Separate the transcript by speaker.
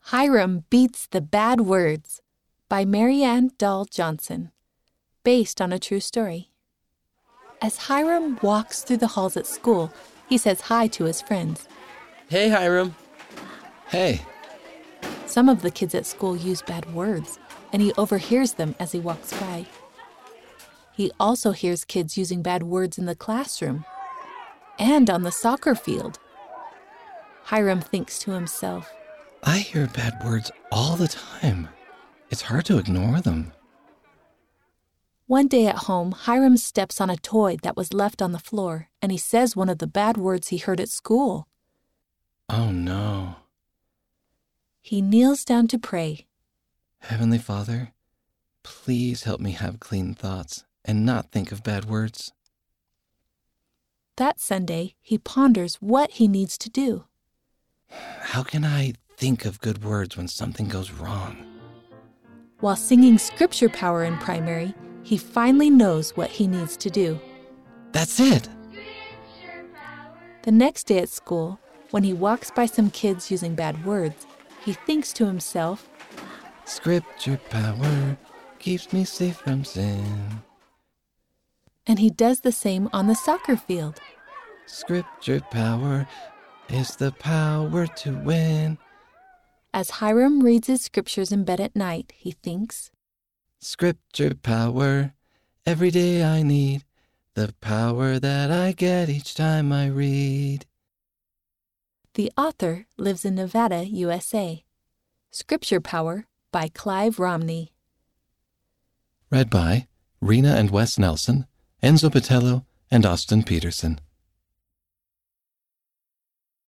Speaker 1: Hiram Beats the Bad Words by Marianne Dahl Johnson, based on a true story. As Hiram walks through the halls at school, he says hi to his friends.
Speaker 2: Hey, Hiram.
Speaker 3: Hey,
Speaker 1: Some of the kids at school use bad words, and he overhears them as he walks by. He also hears kids using bad words in the classroom and on the soccer field. Hiram thinks to himself,
Speaker 3: I hear bad words all the time. It's hard to ignore them.
Speaker 1: One day at home, Hiram steps on a toy that was left on the floor, and he says one of the bad words he heard at school.
Speaker 3: Oh no.
Speaker 1: He kneels down to pray.
Speaker 3: Heavenly Father, please help me have clean thoughts and not think of bad words.
Speaker 1: That Sunday, he ponders what he needs to do.
Speaker 3: How can I think of good words when something goes wrong?
Speaker 1: While singing scripture power in primary, he finally knows what he needs to do.
Speaker 3: That's it!
Speaker 1: The next day at school, when he walks by some kids using bad words, he thinks to himself,
Speaker 3: Scripture power keeps me safe from sin.
Speaker 1: and he does the same on the soccer field.
Speaker 3: Scripture power is the power to win.
Speaker 1: As Hiram reads his scriptures in bed at night, he thinks,
Speaker 3: Scripture power, every day I need the power that I get each time I read.
Speaker 1: The author lives in Nevada, USA. Scripture Power by Clive Romney.
Speaker 3: Read by Rena and Wes Nelson, Enzo Patello, and Austin Peterson.